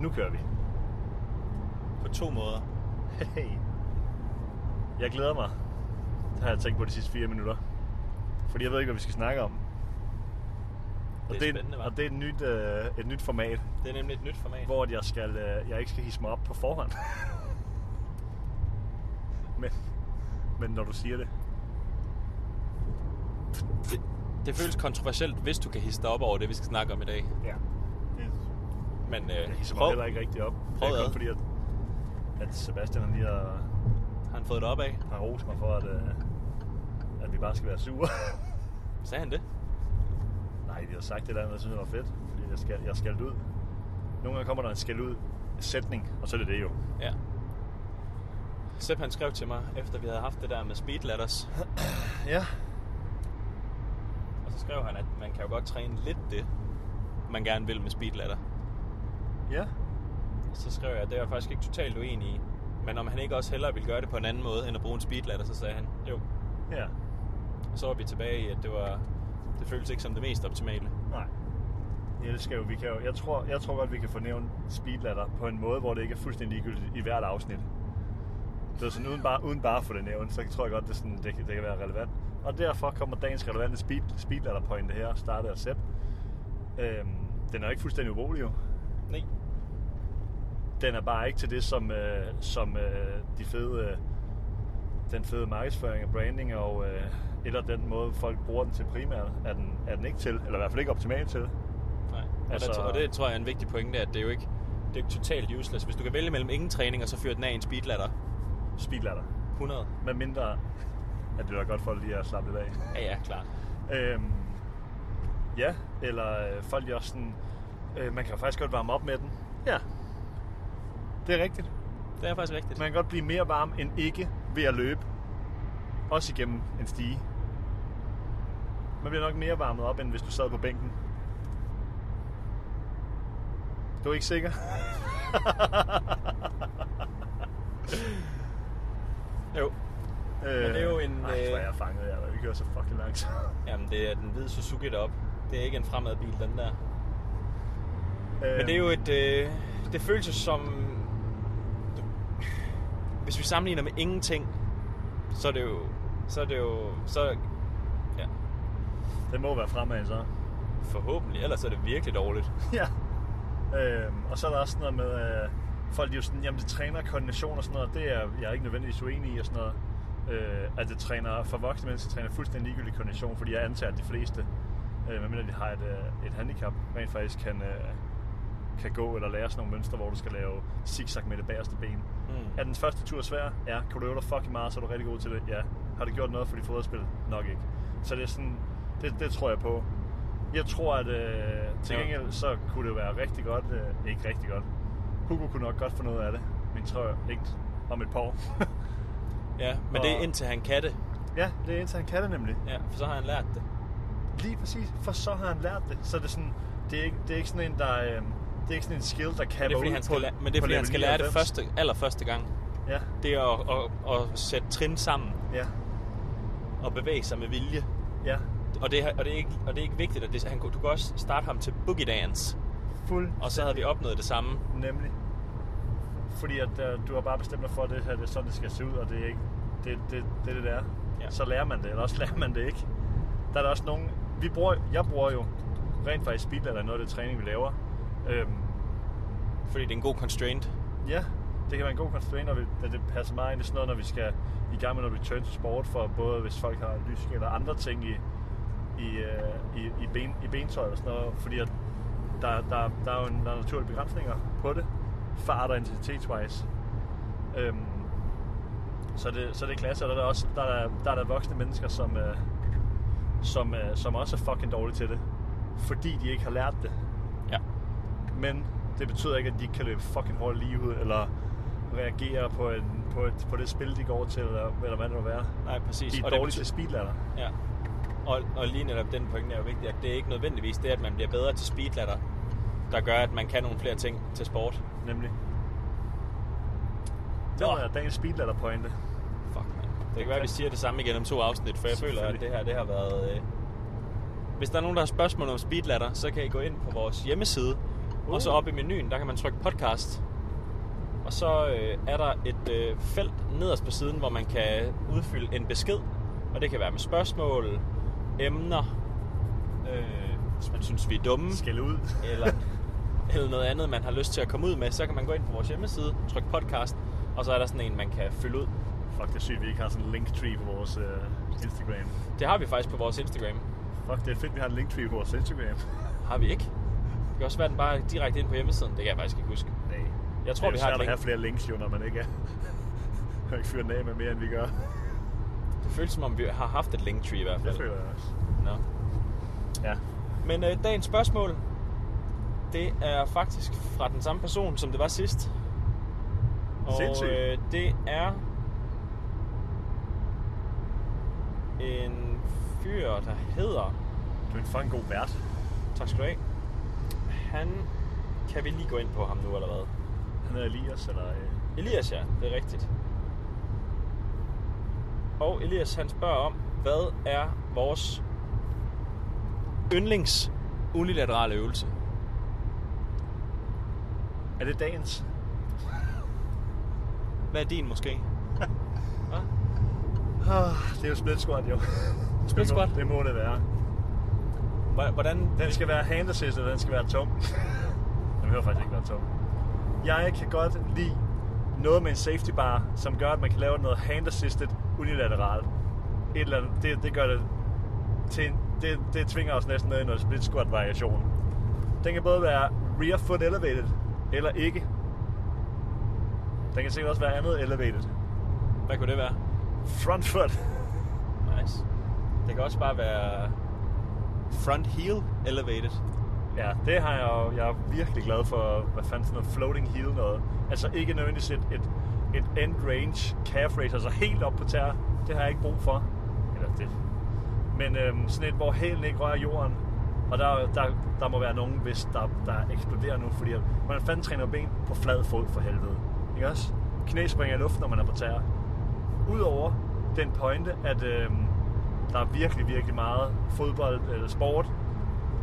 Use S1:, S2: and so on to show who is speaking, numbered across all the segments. S1: Nu kører vi.
S2: På to måder.
S1: Hey. Jeg glæder mig. Det har jeg tænkt på de sidste fire minutter. Fordi jeg ved ikke, hvad vi skal snakke om. Og
S2: Det er
S1: det er,
S2: spændende, hva'?
S1: og det er et, nyt, øh, et nyt format,
S2: Det er nemlig et nyt format.
S1: hvor at jeg, skal, øh, jeg ikke skal hisse mig op på forhånd. men, men når du siger det.
S2: Det, det føles kontroversielt, hvis du kan hisse dig op over det, vi skal snakke om i dag.
S1: Ja. Det,
S2: Men øh,
S1: Jeg hisser mig
S2: prøv,
S1: heller ikke rigtig op. Det
S2: Prøv
S1: er kun
S2: ad.
S1: fordi, at, at Sebastian han lige har,
S2: har han fået det op af?
S1: har rost mig for, at, øh, at vi bare skal være sure.
S2: Sagde han det?
S1: Nej, vi har sagt det der, jeg synes, det var fedt. Fordi jeg skal, jeg skal ud. Nogle gange kommer der en skal ud sætning, og så er det det jo.
S2: Ja. Sepp han skrev til mig, efter vi havde haft det der med speed ladders.
S1: Ja.
S2: Og så skrev han, at man kan jo godt træne lidt det, man gerne vil med speed ladder.
S1: Ja.
S2: Og så skrev jeg, at det er jeg faktisk ikke totalt uenig i. Men om han ikke også hellere ville gøre det på en anden måde, end at bruge en speed ladder, så sagde han, jo.
S1: Ja.
S2: Og så var vi tilbage i, at det var... Det føles ikke som det mest optimale.
S1: Nej. Jeg elsker jo, vi kan jo, jeg tror, jeg tror godt, vi kan fornævne speedladder på en måde, hvor det ikke er fuldstændig ligegyldigt i hvert afsnit. Så sådan, uden bare, uden bare at få det nævnt, så tror jeg godt, det, er sådan, det, kan- det kan være relevant. Og derfor kommer dagens relevante speed, speedladder pointe her, startet af Sepp. Øhm, den er jo ikke fuldstændig ubrugelig jo.
S2: Nej.
S1: Den er bare ikke til det, som, øh, som øh, de fede, øh, den fede markedsføring og branding og øh, eller den måde, folk bruger den til primært, er den, er den ikke til, eller i hvert fald ikke optimal til.
S2: Nej. Og, altså...
S1: Altså-
S2: der, og det tror jeg er en vigtig pointe, at det er jo ikke, det er jo ikke totalt useless. Hvis du kan vælge mellem ingen træning og så fyre den af i en speed ladder,
S1: Speedladder.
S2: 100.
S1: Med mindre, at det er godt for lige at slappe lidt af.
S2: Ja, ja, klart.
S1: Øhm, ja, eller øh, folk er også sådan, øh, man kan jo faktisk godt varme op med den. Ja, det er rigtigt.
S2: Det er faktisk rigtigt.
S1: Man kan godt blive mere varm end ikke ved at løbe. Også igennem en stige. Man bliver nok mere varmet op, end hvis du sad på bænken. Du er ikke sikker?
S2: Jo. det er jo en,
S1: Ej, hvor er
S2: øh,
S1: jeg fanget her. Vi kører så fucking langsomt.
S2: Jamen, det er den hvide Suzuki deroppe. Det er ikke en fremadbil, den der. Men det er jo et... Øh, det føles jo som... Hvis vi sammenligner med ingenting, så er det jo... Så er det jo... Så, ja,
S1: Det må være fremad, så.
S2: forhåbentlig. Ellers er det virkelig dårligt.
S1: Ja. Øhm, og så er der også sådan noget med, øh, folk de er jo sådan, jamen det træner koordination og sådan noget, det er jeg er ikke nødvendigvis uenig i og sådan noget. Øh, at det træner, for voksne mennesker træner fuldstændig ligegyldig koordination, fordi jeg antager, at de fleste, øh, medmindre de har et, øh, et handicap, rent faktisk kan, øh, kan gå eller lære sådan nogle mønstre, hvor du skal lave zigzag med det bagerste ben.
S2: Mm.
S1: Er den første tur svær? Ja. Kan du øve dig fucking meget, så er du rigtig god til det? Ja. Har det gjort noget for dit fodboldspil? Nok ikke. Så det er sådan, det, det tror jeg på. Jeg tror, at øh, til
S2: Ja.
S1: gengæld, så kunne det være rigtig godt. Øh, ikke rigtig godt. Hugo kunne nok godt få noget af det, men tror jeg ikke om et par år.
S2: Ja, men det er
S1: Og-
S2: indtil han kan det.
S1: ja, det er indtil han kan det nemlig.
S2: Ja, for så har han lært det.
S1: Lige præcis, for så har han lært det. Så det er sådan, det er ikke, det er ikke sådan en, der... Øh, det er ikke sådan en skill, der kan
S2: Men det er fordi, han skal, la- men det er, fordi, han skal lære det første, allerførste gang.
S1: Ja,
S2: Det er at, at, at sætte trin sammen
S1: ja,
S2: og bevæge sig med vilje.
S1: ja.
S2: Og det, er- og det, er, ikke, og det er ikke vigtigt, at det, han, kunne- du kan også starte ham til boogie dance,
S1: Fuld
S2: og så havde vi opnået det samme.
S1: Nemlig. Fordi at øh, du har bare bestemt dig for, at det her det er sådan, det skal se ud, og det er ikke det, det, det, det, det er.
S2: Ja.
S1: Ja. Så lærer man det, eller også lærer man det ikke. Der er der også nogen... Vi bruger, jeg bruger jo rent faktisk speedladder i noget af det træning, vi laver. Øhm,
S2: Fordi det er en god constraint.
S1: ja, det kan være en god constraint, når vi, da det passer meget ind i sådan noget, når vi skal i gang med noget return to sport, for både hvis folk har lysning eller andre ting i, i, øh, i, i, ben, i bentøj eller sådan noget, fordi at der, der, der er jo en, der er naturlige begrænsninger på det, fart og intensitetswise. Øhm, så, det, så det er klasse, og der er der også der er, der er der voksne mennesker, som, øh, som, øh, som også er fucking dårlige til det, fordi de ikke har lært det.
S2: Ja.
S1: Men det betyder ikke, at de ikke kan løbe fucking hårdt lige ud, eller reagere på, en, på, et, på det spil, de går til, eller, eller hvad det nu er.
S2: Nej, præcis.
S1: De er
S2: Og det
S1: dårlige
S2: betyder-
S1: til speedladder.
S2: Ja. Og, og lige netop den pointe er jo vigtig, at det er ikke nødvendigvis det, at man bliver bedre til speedladder, der gør, at man kan nogle flere ting til sport.
S1: Nemlig. Det
S2: Nå. Mm.
S1: var dagens speedladder pointe.
S2: Fuck, man. Det kan være, at vi siger det samme igen om to afsnit, for jeg føler, at
S1: Selvfølgelig.
S2: det her det har været... Øh... Hvis der er nogen, der har spørgsmål om speedladder, så kan I gå ind på vores hjemmeside Og så
S1: Uh.
S2: op i menuen, der kan man trykke podcast. Og så øh, er der et øh, felt nederst på siden, hvor man kan udfylde en besked. Og det kan være med spørgsmål, emner, øh, hvis man synes, vi er dumme,
S1: Skæld ud.
S2: eller, eller noget andet, man har lyst til at komme ud med. Så kan man gå ind på vores hjemmeside, trykke podcast, og så er der sådan en, man kan fylde ud.
S1: Fuck, det er sygt, vi ikke har sådan en linktree på vores uh, Instagram.
S2: Det har vi faktisk på vores Instagram.
S1: Fuck, det er fedt, vi har en linktree på vores Instagram.
S2: Har vi ikke? Det kan også være, den bare er direkte ind på hjemmesiden. Det kan jeg faktisk ikke huske.
S1: Nej.
S2: Jeg tror,
S1: det er jo svært
S2: vi har et
S1: at
S2: link.
S1: have flere links jo, når man ikke er... man ikke fyrer den af med mere, end vi gør.
S2: Det føles som om, vi har haft et linktree i hvert
S1: Det
S2: fald.
S1: føler jeg også.
S2: Nå.
S1: Ja.
S2: Men øh, dagens spørgsmål, det er faktisk fra den samme person, som det var sidst. Og
S1: Sindssygt.
S2: øh, det er en fyr, der hedder...
S1: Du er en fucking god vært.
S2: Tak skal du have. Han... Kan vi lige gå ind på ham nu, eller hvad?
S1: Han hedder Elias, eller... Øh,
S2: Elias, ja. Det er rigtigt. Og Elias, han spørger om, hvad er vores yndlings unilaterale øvelse?
S1: er det dagens?
S2: Hvad er din måske? Hva?
S1: Ah, det er jo split squat, jo.
S2: Split squat?
S1: Det må det være.
S2: Hva- Hvordan?
S1: Den skal være hand assist, og den skal være tung. Den behøver faktisk ikke være tung. Jeg kan godt lide noget med en safety bar, som gør, at man kan lave noget hand assisted unilateralt. Et eller andet, det, det gør det til en- det, det tvinger os næsten ned i noget split squat variation. Den kan både være rear foot elevated, eller ikke. Den kan sikkert også være andet elevated.
S2: Hvad kunne det være?
S1: Front foot.
S2: Nice. Det kan også bare være front heel elevated.
S1: Ja, det har jeg jo, jeg er virkelig glad for, hvad fanden sådan noget floating heel noget. Altså ikke nødvendigvis et, et, et end range calf raise, altså helt op på tær. Det har jeg ikke brug for. Eller det. Men øhm, sådan et, hvor hælen ikke rører jorden. Og der, der, der må være nogen, hvis der, der eksploderer nu, fordi at- hvordan fanden træner ben på flad fod for helvede? Ikke også? Knæ springer i luften, når man er på tær. Udover den pointe, at øhm, der er virkelig, virkelig meget fodbold eller sport,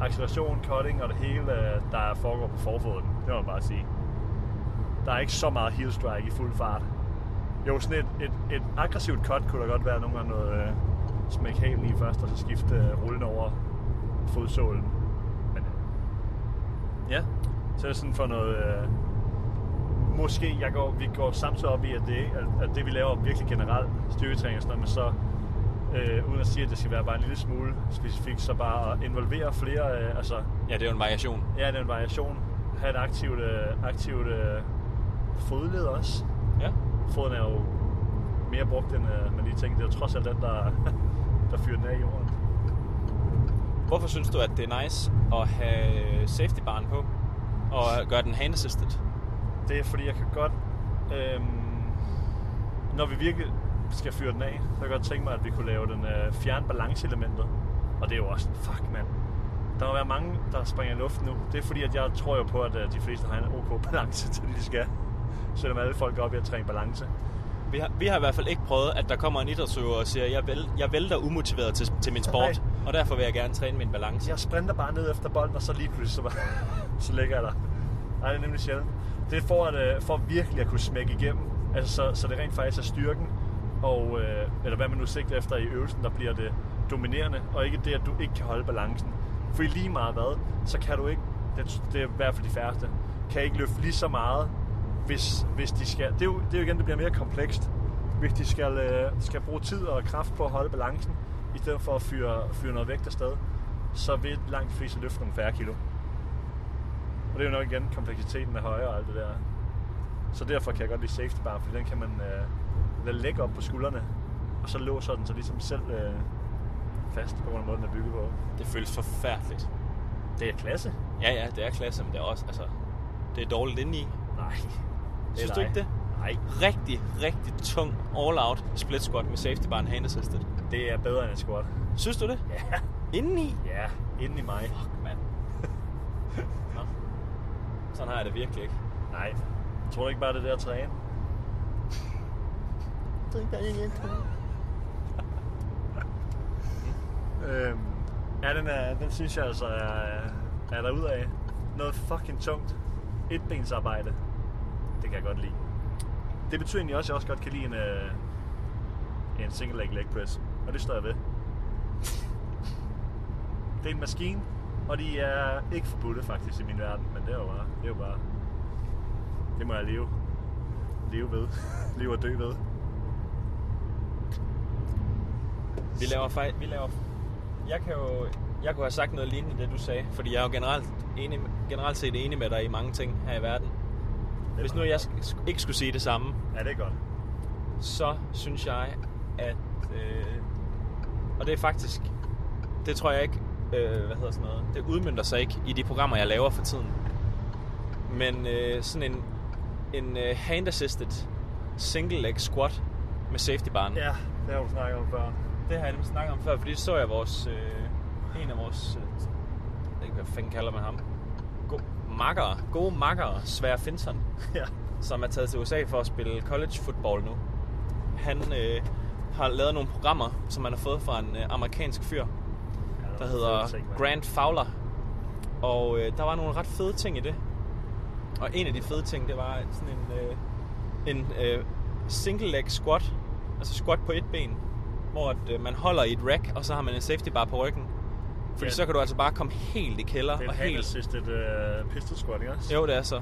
S1: acceleration, cutting og det hele, øh, der foregår på forfoden. Det må man bare sige. Der er ikke så meget heel strike i fuld fart. Jo, sådan et, et, et aggressivt cut kunne der godt være nogle gange noget øh, smæk hælen i først, og så skifte øh, rullen over fodsålen. Men, øh, ja, så er det sådan for noget... Øh, måske, jeg går, vi går samtidig op i, at det, at, at det vi laver virkelig generelt, styrketræning og sådan noget, men så øh, uden at sige, at det skal være bare en lille smule specifikt, så bare at involvere flere, øh, altså
S2: Ja, det er jo en variation.
S1: ja, den variation, have et aktivt, øh, aktivt øh, fodled også.
S2: Ja.
S1: Foden er jo mere brugt, end øh, man lige tænker, det er jo trods alt den, der, der fyrer den af i jorden.
S2: Hvorfor synes du, at det er nice at have safety barn på? Og gøre den hand assisted?
S1: Det er fordi, jeg kan godt... Øhm, når vi virkelig skal fyre den af, så kan jeg godt tænke mig, at vi kunne lave den øh, fjerne balanceelementet. Og det er jo også... Fuck, mand. Der må være mange, der springer i luften nu. Det er fordi, at jeg tror jo på, at øh, de fleste har en ok balance til det, de skal. Selvom alle folk går op i at træne balance.
S2: Vi har, vi har i hvert fald ikke prøvet, at der kommer en idrætsøver og siger, jeg, væl, jeg vælter umotiveret til, til min sport,
S1: Nej.
S2: og derfor vil jeg gerne træne min balance.
S1: Jeg sprinter bare ned efter bolden, og så lige pludselig, så, bare, så ligger jeg der. Nej, det er nemlig sjældent. Det er for, at, øh, for virkelig at kunne smække igennem. Altså, så, så det rent faktisk er styrken, og, øh, eller hvad man nu sigter efter i øvelsen, der bliver det dominerende, og ikke det, at du ikke kan holde balancen. For lige meget hvad, så kan du ikke, det, det er i hvert fald de færreste, kan ikke løfte lige så meget, hvis, hvis de skal. Det er, jo, det er jo igen, det bliver mere komplekst, hvis de skal, øh, skal bruge tid og kraft på at holde balancen, i stedet for at fyre, fyre noget vægt afsted, så vil langt de fleste løfte nogle færre kilo. Og det er jo nok igen, kompleksiteten er højere og alt det der. Så derfor kan jeg godt lide safety bar, fordi den kan man øh, lade lægge op på skuldrene, og så låser den sig ligesom selv øh, fast på grund af måden, den er bygget på.
S2: Det føles forfærdeligt.
S1: Det er klasse.
S2: Ja, ja, det er klasse, men det er også, altså, det er dårligt indeni.
S1: Nej. Det er
S2: Synes du
S1: dig.
S2: ikke det?
S1: Nej,
S2: Rigtig, rigtig tung all-out split squat med safety bar and hand assisted.
S1: det er bedre end et squat.
S2: Synes du det?
S1: Ja,
S2: Indeni?
S1: ja inden i mig.
S2: Fuck, mand. Nå. Sådan har jeg det virkelig ikke.
S1: Nej, tror du ikke bare det der at træne? Øhm, ja, den, er, den synes jeg altså er, er der ud af. noget fucking tungt. Etbensarbejde. Det kan jeg godt lide. Det betyder egentlig også, at jeg også godt kan lide en, øh, en single leg leg press. Og det står jeg ved. Det er en maskine, og de er ikke forbudte faktisk i min verden. Men det er jo bare... Det, er jo bare, det må jeg leve. Leve ved. leve og dø ved.
S2: Vi laver fejl. Vi laver... Jeg kan jo... Jeg kunne have sagt noget lignende det, du sagde. Fordi jeg er jo generelt, enig, generelt set enig med dig i mange ting her i verden. Hvis nu jeg sk- ikke skulle sige det samme,
S1: Ja, det er godt.
S2: så synes jeg, at... Øh, og det er faktisk... Det tror jeg ikke... Øh, hvad hedder sådan noget? Det udmyndter sig ikke i de programmer, jeg laver for tiden. Men øh, sådan en, en øh, hand-assisted single leg squat med safety barn.
S1: Ja, det har du snakket om før.
S2: Det har jeg nemlig snakket om før, fordi det så jeg vores, øh, en af vores, øh, jeg ved ikke hvad fanden kalder man ham, Go- makkere, gode makkere, Svær Finson,
S1: ja.
S2: som er taget til USA for at spille college football nu. Han øh, har lavet nogle programmer, som han har fået fra en øh, amerikansk fyr, der hedder Grand Fowler. Og øh, der var nogle ret fede ting i det. Og en af de fede ting, det var sådan en, øh, en øh, single leg squat, altså squat på et ben, hvor at, øh, man holder i et rack, og så har man en safety bar på ryggen. Fordi
S1: Ja.
S2: så kan du altså bare komme helt i kælder.
S1: Det er
S2: og
S1: en helt
S2: helt...
S1: assisted uh, pistol squat, ikke også?
S2: Jo, det er så.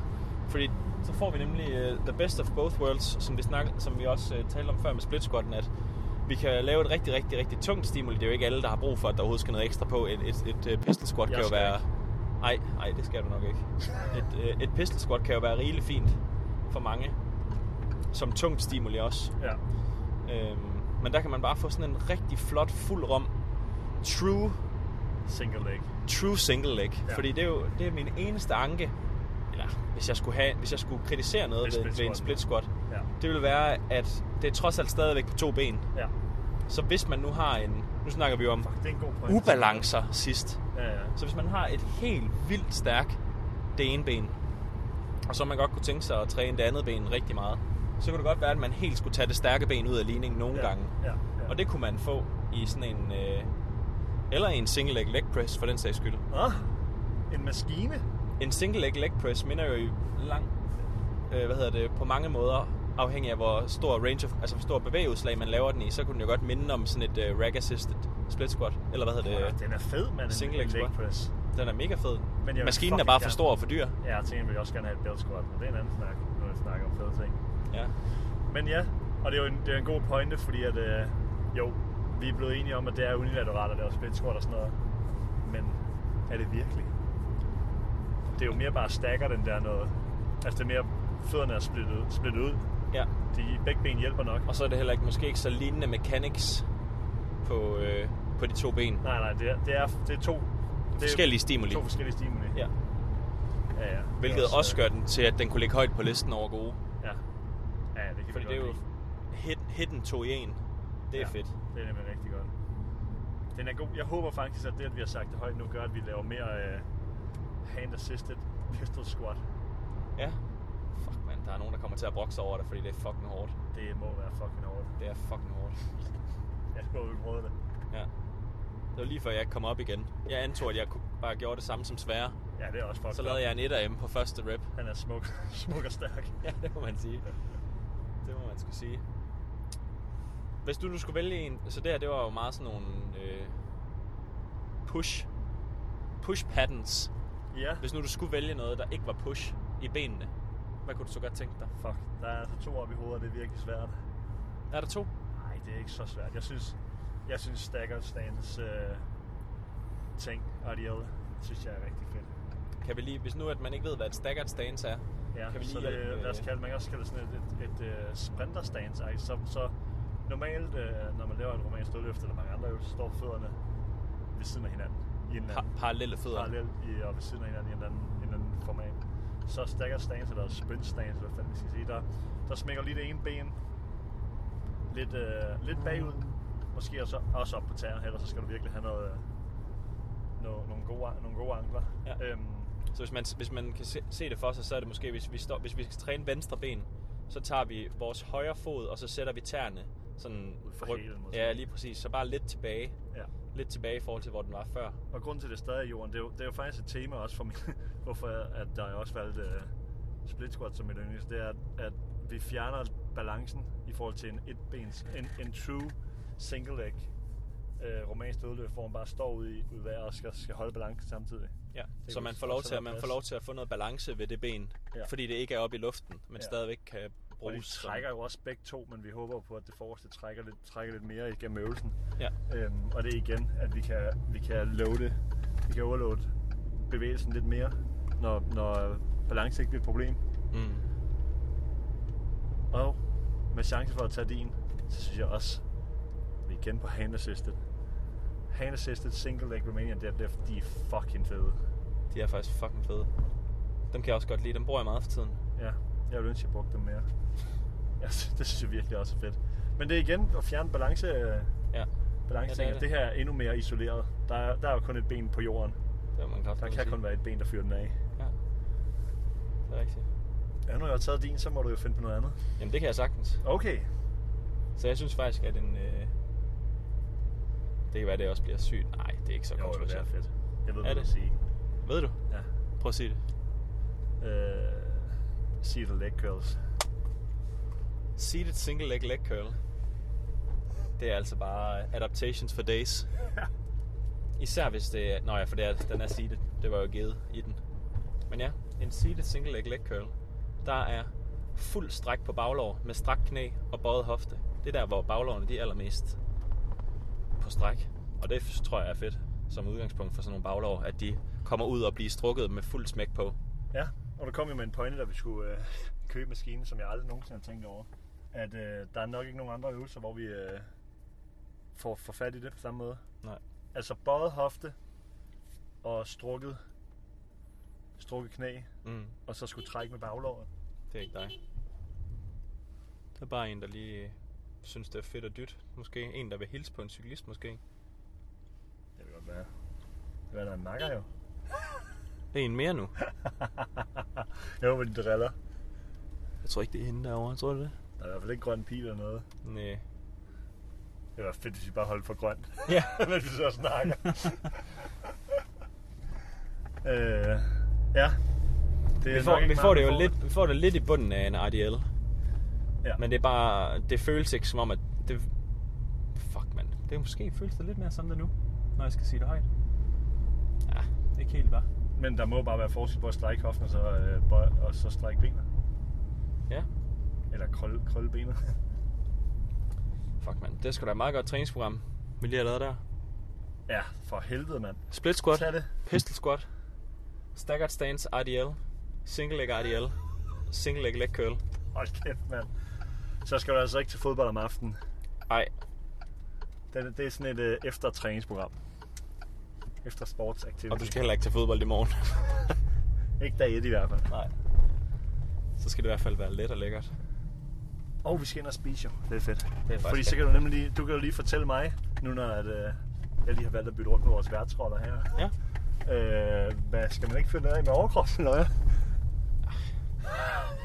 S2: Fordi så får vi nemlig uh, the best of both worlds, som vi, snak, som vi også uh, talte om før med split squatten, at vi kan lave et rigtig, rigtig, rigtig tungt stimuli. Det er jo ikke alle, der har brug for, at der overhovedet skal noget ekstra på. Et, et, et uh, pistol squat
S1: Jeg
S2: kan jo
S1: skal
S2: være...
S1: ikke.
S2: Nej, nej, det skal du nok ikke. Et, uh, et pistol squat kan jo være rigeligt fint for mange, som tungt stimuli også.
S1: Ja.
S2: Øhm, men der kan man bare få sådan en rigtig flot, fuld rom, true
S1: Single leg.
S2: true single leg.
S1: Ja.
S2: Ja. Fordi det er jo det er min eneste anke, eller hvis jeg skulle, have, hvis jeg skulle kritisere noget
S1: Det er
S2: ved, ved en
S1: split
S2: split squat,
S1: Ja.
S2: det ville være, at det er trods alt stadigvæk på to ben.
S1: Ja.
S2: Så hvis man nu har en, nu snakker vi jo om
S1: Fuck, det er en god point.
S2: ubalancer sidst,
S1: Ja, ja.
S2: så hvis man har et helt vildt stærk det ene ben, og så man godt kunne tænke sig at træne det andet ben rigtig meget, så kunne det godt være, at man helt skulle tage det stærke ben ud af ligningen nogle
S1: ja.
S2: gange.
S1: Ja, ja.
S2: Og det kunne man få i sådan en, øh, eller i en single leg leg press for den sags skyld.
S1: Ah, en maskine?
S2: en single leg leg press minder jo i lang, øh, hvad hedder det, på mange måder, afhængig af hvor stor range of, altså hvor stor bevægeudslag man laver den i, så kunne den jo godt minde om sådan et øh, rack assisted split squat, eller hvad hedder
S1: Øh,
S2: det,
S1: den er fed, mand. en-
S2: single
S1: en
S2: leg squat.
S1: press.
S2: den er mega fed.
S1: Men jeg vil
S2: Maskinen er
S1: fucking
S2: bare for
S1: gerne-
S2: stor og for dyr.
S1: Ja, jeg tænker, at vi også gerne have et belt squat, men det er en anden snak, når vi snakker om fede ting.
S2: Ja.
S1: Men ja, og det er jo en, det er en god pointe, fordi at, øh, jo, vi er blevet enige om, at det er unilateralt, og det er også split squat og sådan noget. Men er det virkelig? Det er jo mere bare stakker den der noget. Altså det er mere, fødderne er splittet, ud- splittet ud.
S2: ja.
S1: De begge ben hjælper nok.
S2: Og så er det heller ikke, måske ikke så lignende mechanics på, øh, på de to ben.
S1: Nej, nej, det er, det er, det er to... Det er
S2: Forskellige stimuli.
S1: To forskellige stimuli.
S2: Ja.
S1: ja, ja.
S2: Hvilket
S1: Det er øh,
S2: også, gør den til, at den kunne ligge højt på listen over gode.
S1: Ja. Ja, ja, det kan
S2: Fordi
S1: vi
S2: det er
S1: godt
S2: jo
S1: lide.
S2: hit, hidden to i en. Det er
S1: ja,
S2: ja. fedt.
S1: Det er nemlig rigtig godt. Den er god. Jeg håber faktisk, at det, at vi har sagt det højt nu, gør, at vi laver mere uh, hand-assisted pistol squat.
S2: Ja. Fuck, mand. Der er nogen, der kommer til at brokse over det, fordi det er fucking hårdt.
S1: Det må være fucking over.
S2: Det er fucking hårdt.
S1: Jeg håber, vi prøvede det.
S2: Ja. Det var lige før, jeg kom op igen. Jeg antog, at jeg kunne- bare gjorde det samme som Sverre.
S1: Ja, det er også fucking
S2: Så lavede jeg en 1 M på første rep.
S1: Han er smuk, smuk og stærk.
S2: Ja, det må man sige. Det må man skulle sige. Hvis du nu skulle vælge en... Så det her, det var jo meget sådan nogle... Øh, push. Push patterns.
S1: Ja.
S2: Hvis nu du skulle vælge noget, der ikke var push i benene. Hvad kunne du så godt tænke dig?
S1: Fuck, der er altså to op i hovedet, og det er virkelig svært.
S2: Er der to?
S1: Nej, det er ikke så svært. Jeg synes, jeg synes Stagger Stans øh, ting, ideal, synes jeg er rigtig fedt.
S2: Kan vi lige... Hvis nu, at man ikke ved, hvad et staggered stance er.
S1: Ja,
S2: kan vi lige
S1: så det,
S2: hjælpe,
S1: lad os
S2: øh,
S1: kalde, man kan også kalde det sådan et, et, et uh, sprinter stance. ej, Så, så normalt, øh, når man laver et romansk dødløft eller mange andre øvelser, står fødderne ved siden af hinanden i en eller
S2: Pa-
S1: anden
S2: parallelle fødder.
S1: parallel i, og ved siden af hinanden i en eller anden, en eller anden format. Så stagger stance eller sprint stance, eller hvad fanden vi skal sige, der, der smækker lige det ene ben lidt, øh, lidt bagud, måske også, også op på tæerne, ellers så skal du virkelig have noget, øh, noget, nogle, gode, nogle gode ankler.
S2: Ja.
S1: Øhm,
S2: Så hvis man, hvis man kan se, se det for sig, så er det måske, hvis vi, står, hvis vi skal træne venstre ben, så tager vi vores højre fod, og så sætter vi tæerne Sådan
S1: Ud fra
S2: ryk-
S1: hælen måske.
S2: Ja, lige præcis. Så bare lidt tilbage.
S1: Ja.
S2: Lidt tilbage i forhold til, hvor den var før.
S1: Og grunden til, at det stadig er jorden, det er, jo, det er jo faktisk et tema også for mig, hvorfor at der også valgte uh, split squat som et yndlings, det er, at, at vi fjerner balancen i forhold til en etbens, en, en true single leg uh, romansk dødløb, hvor man bare står ude i, ude i vejret og skal, skal holde balancen samtidig.
S2: Ja.
S1: Det
S2: Så
S1: kunne
S2: man får, lov
S1: også
S2: til, at
S1: være
S2: man
S1: plads.
S2: får lov til at få noget balance ved det ben.
S1: Ja.
S2: Fordi det ikke er oppe i luften, men
S1: Ja.
S2: stadigvæk kan
S1: Og de
S2: bruges. som-
S1: trækker jo også begge to, men vi håber jo på, at det forreste trækker lidt, trækker lidt mere igennem øvelsen.
S2: Ja.
S1: Øhm, og det er igen, at vi kan, vi kan loade, vi kan overloade bevægelsen lidt mere, når, når balance ikke bliver et problem.
S2: Mm.
S1: Og med chance for at tage din, så synes jeg også, at vi er igen på hand assisted. Hand assisted single leg Romanian deadlift, de er fucking fede.
S2: De er faktisk fucking fede. Dem kan jeg også godt lide. Dem bruger jeg meget for tiden.
S1: Ja, jeg ville ønske, jeg brugte dem mere. Ja, det synes jeg virkelig også er fedt. Men det er igen at fjerne balance,
S2: Ja.
S1: balance
S2: Ja,
S1: ja,
S2: det er
S1: det,
S2: det.
S1: det. det her er endnu mere isoleret. Der er, der er jo kun et ben på jorden.
S2: Det må man kraft.
S1: Der kan kun være et ben, der fyrer den af.
S2: Ja. Det er rigtigt.
S1: Ja, nu har jeg taget din, så må du jo finde på noget andet.
S2: Jamen det kan jeg sagtens.
S1: Okay.
S2: Så jeg synes faktisk, at en... Øh... Det kan være, det også bliver sygt. Nej, det er ikke så
S1: Jo, det er
S2: kontroversielt.
S1: fedt. Jeg ved,
S2: Er
S1: hvad du
S2: det?
S1: vil sige.
S2: Ved du?
S1: Ja.
S2: Prøv at sige det.
S1: Øh, seated leg curls.
S2: Seated single leg leg curl. Det er altså bare øh, adaptations for days. Især hvis det er... Nå ja, for det er, den er seated. Det var jo givet i den. Men ja, en seated single leg leg curl. Der er fuld stræk på baglår med stræk knæ og bøjet hofte. Det er der, hvor baglårene de er allermest på stræk. Og det tror jeg er fedt som udgangspunkt for sådan nogle baglår, at de kommer ud og bliver strukket med fuld smæk på.
S1: Ja, og du kom jo med en pointe, da vi skulle øh, købe maskinen, som jeg aldrig nogensinde har tænkt over. At øh, der er nok ikke nogen andre øvelser, hvor vi øh, får, får fat i det på samme måde.
S2: Nej.
S1: Altså bøjet hofte og strukket, strukket knæ,
S2: Mm,
S1: og så skulle trække med baglåret.
S2: det er ikke dig. Der er bare en, der lige øh, synes, det er fedt og dyrt. Måske en, der vil hilse på en cyklist, måske.
S1: Det vil godt være. Det var der er en makker jo.
S2: En mere nu.
S1: Jeg håber, de driller.
S2: Jeg tror ikke, det er hende derovre. Tror du det?
S1: Der er i hvert fald ikke grøn pil eller noget.
S2: Nej.
S1: Det var fedt, hvis vi bare holdt for grønt,
S2: Ja.
S1: mens vi så snakker. øh, ja. Det er nok
S2: Vi får,
S1: ikke
S2: vi
S1: meget,
S2: får det jo
S1: får.
S2: lidt, vi får det lidt i bunden af en RDL.
S1: Ja.
S2: Men det er bare, det føles ikke som om, at det... Fuck, mand. Det er måske føles det lidt mere som det nu, når jeg skal sige det højt. Ja, det er ikke helt bare.
S1: Men der må bare være forskel på at strække hoften og så, øh, bøj, og så strække benet.
S2: Ja.
S1: Eller krølle, krølle benet.
S2: Fuck, mand. Det skulle da et meget godt træningsprogram, vi lige har lavet der.
S1: ja, for helvede, mand.
S2: Split squat,
S1: Tag det.
S2: pistol squat, staggered stance RDL, single leg RDL, single leg leg curl.
S1: Hold kæft, mand. Så skal du altså ikke til fodbold om aftenen.
S2: Ej,
S1: Det, det er sådan et øh, eftertræningsprogram. Efter sportsaktivitet.
S2: og du skal heller ikke til fodbold i morgen.
S1: Ikke dag et i hvert fald.
S2: Nej. Så skal det i hvert fald være let og lækkert.
S1: Og vi skal ind og spise jo. Det er fedt.
S2: Det er
S1: Fordi
S2: faktisk
S1: så kan du nemlig lige, du kan jo lige fortælle mig, nu når at, øh, jeg lige har valgt at bytte rundt med vores værtsroller her.
S2: Ja.
S1: Øh, hvad, skal man ikke finde noget af med overkroppen, eller hvad?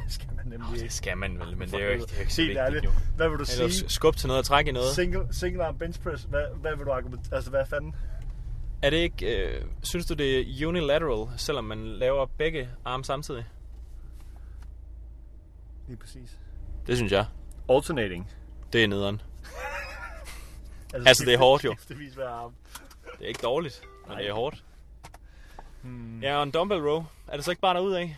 S1: skal man nemlig
S2: Åh,
S1: ikke.
S2: det skal man vel, men det er jo ikke, det er jo ikke så
S1: Helt
S2: vigtigt
S1: ærligt,
S2: jo.
S1: Hvad vil du sige?
S2: Eller skub til noget og trække i noget.
S1: Single, single arm bench press, hvad, hvad vil du argumentere? Altså, hvad fanden?
S2: Er det ikke, øh, synes du det er unilateral, selvom man laver begge arme samtidig?
S1: Lige præcis.
S2: Det synes jeg.
S1: Alternating.
S2: Det er nederen. Altså, det er hårdt, jo.
S1: Skiftevis hver arm.
S2: Det er ikke dårligt, men
S1: Nej.
S2: det er hårdt.
S1: Hmm.
S2: Ja, og en dumbbell row. Er det så ikke bare derudad?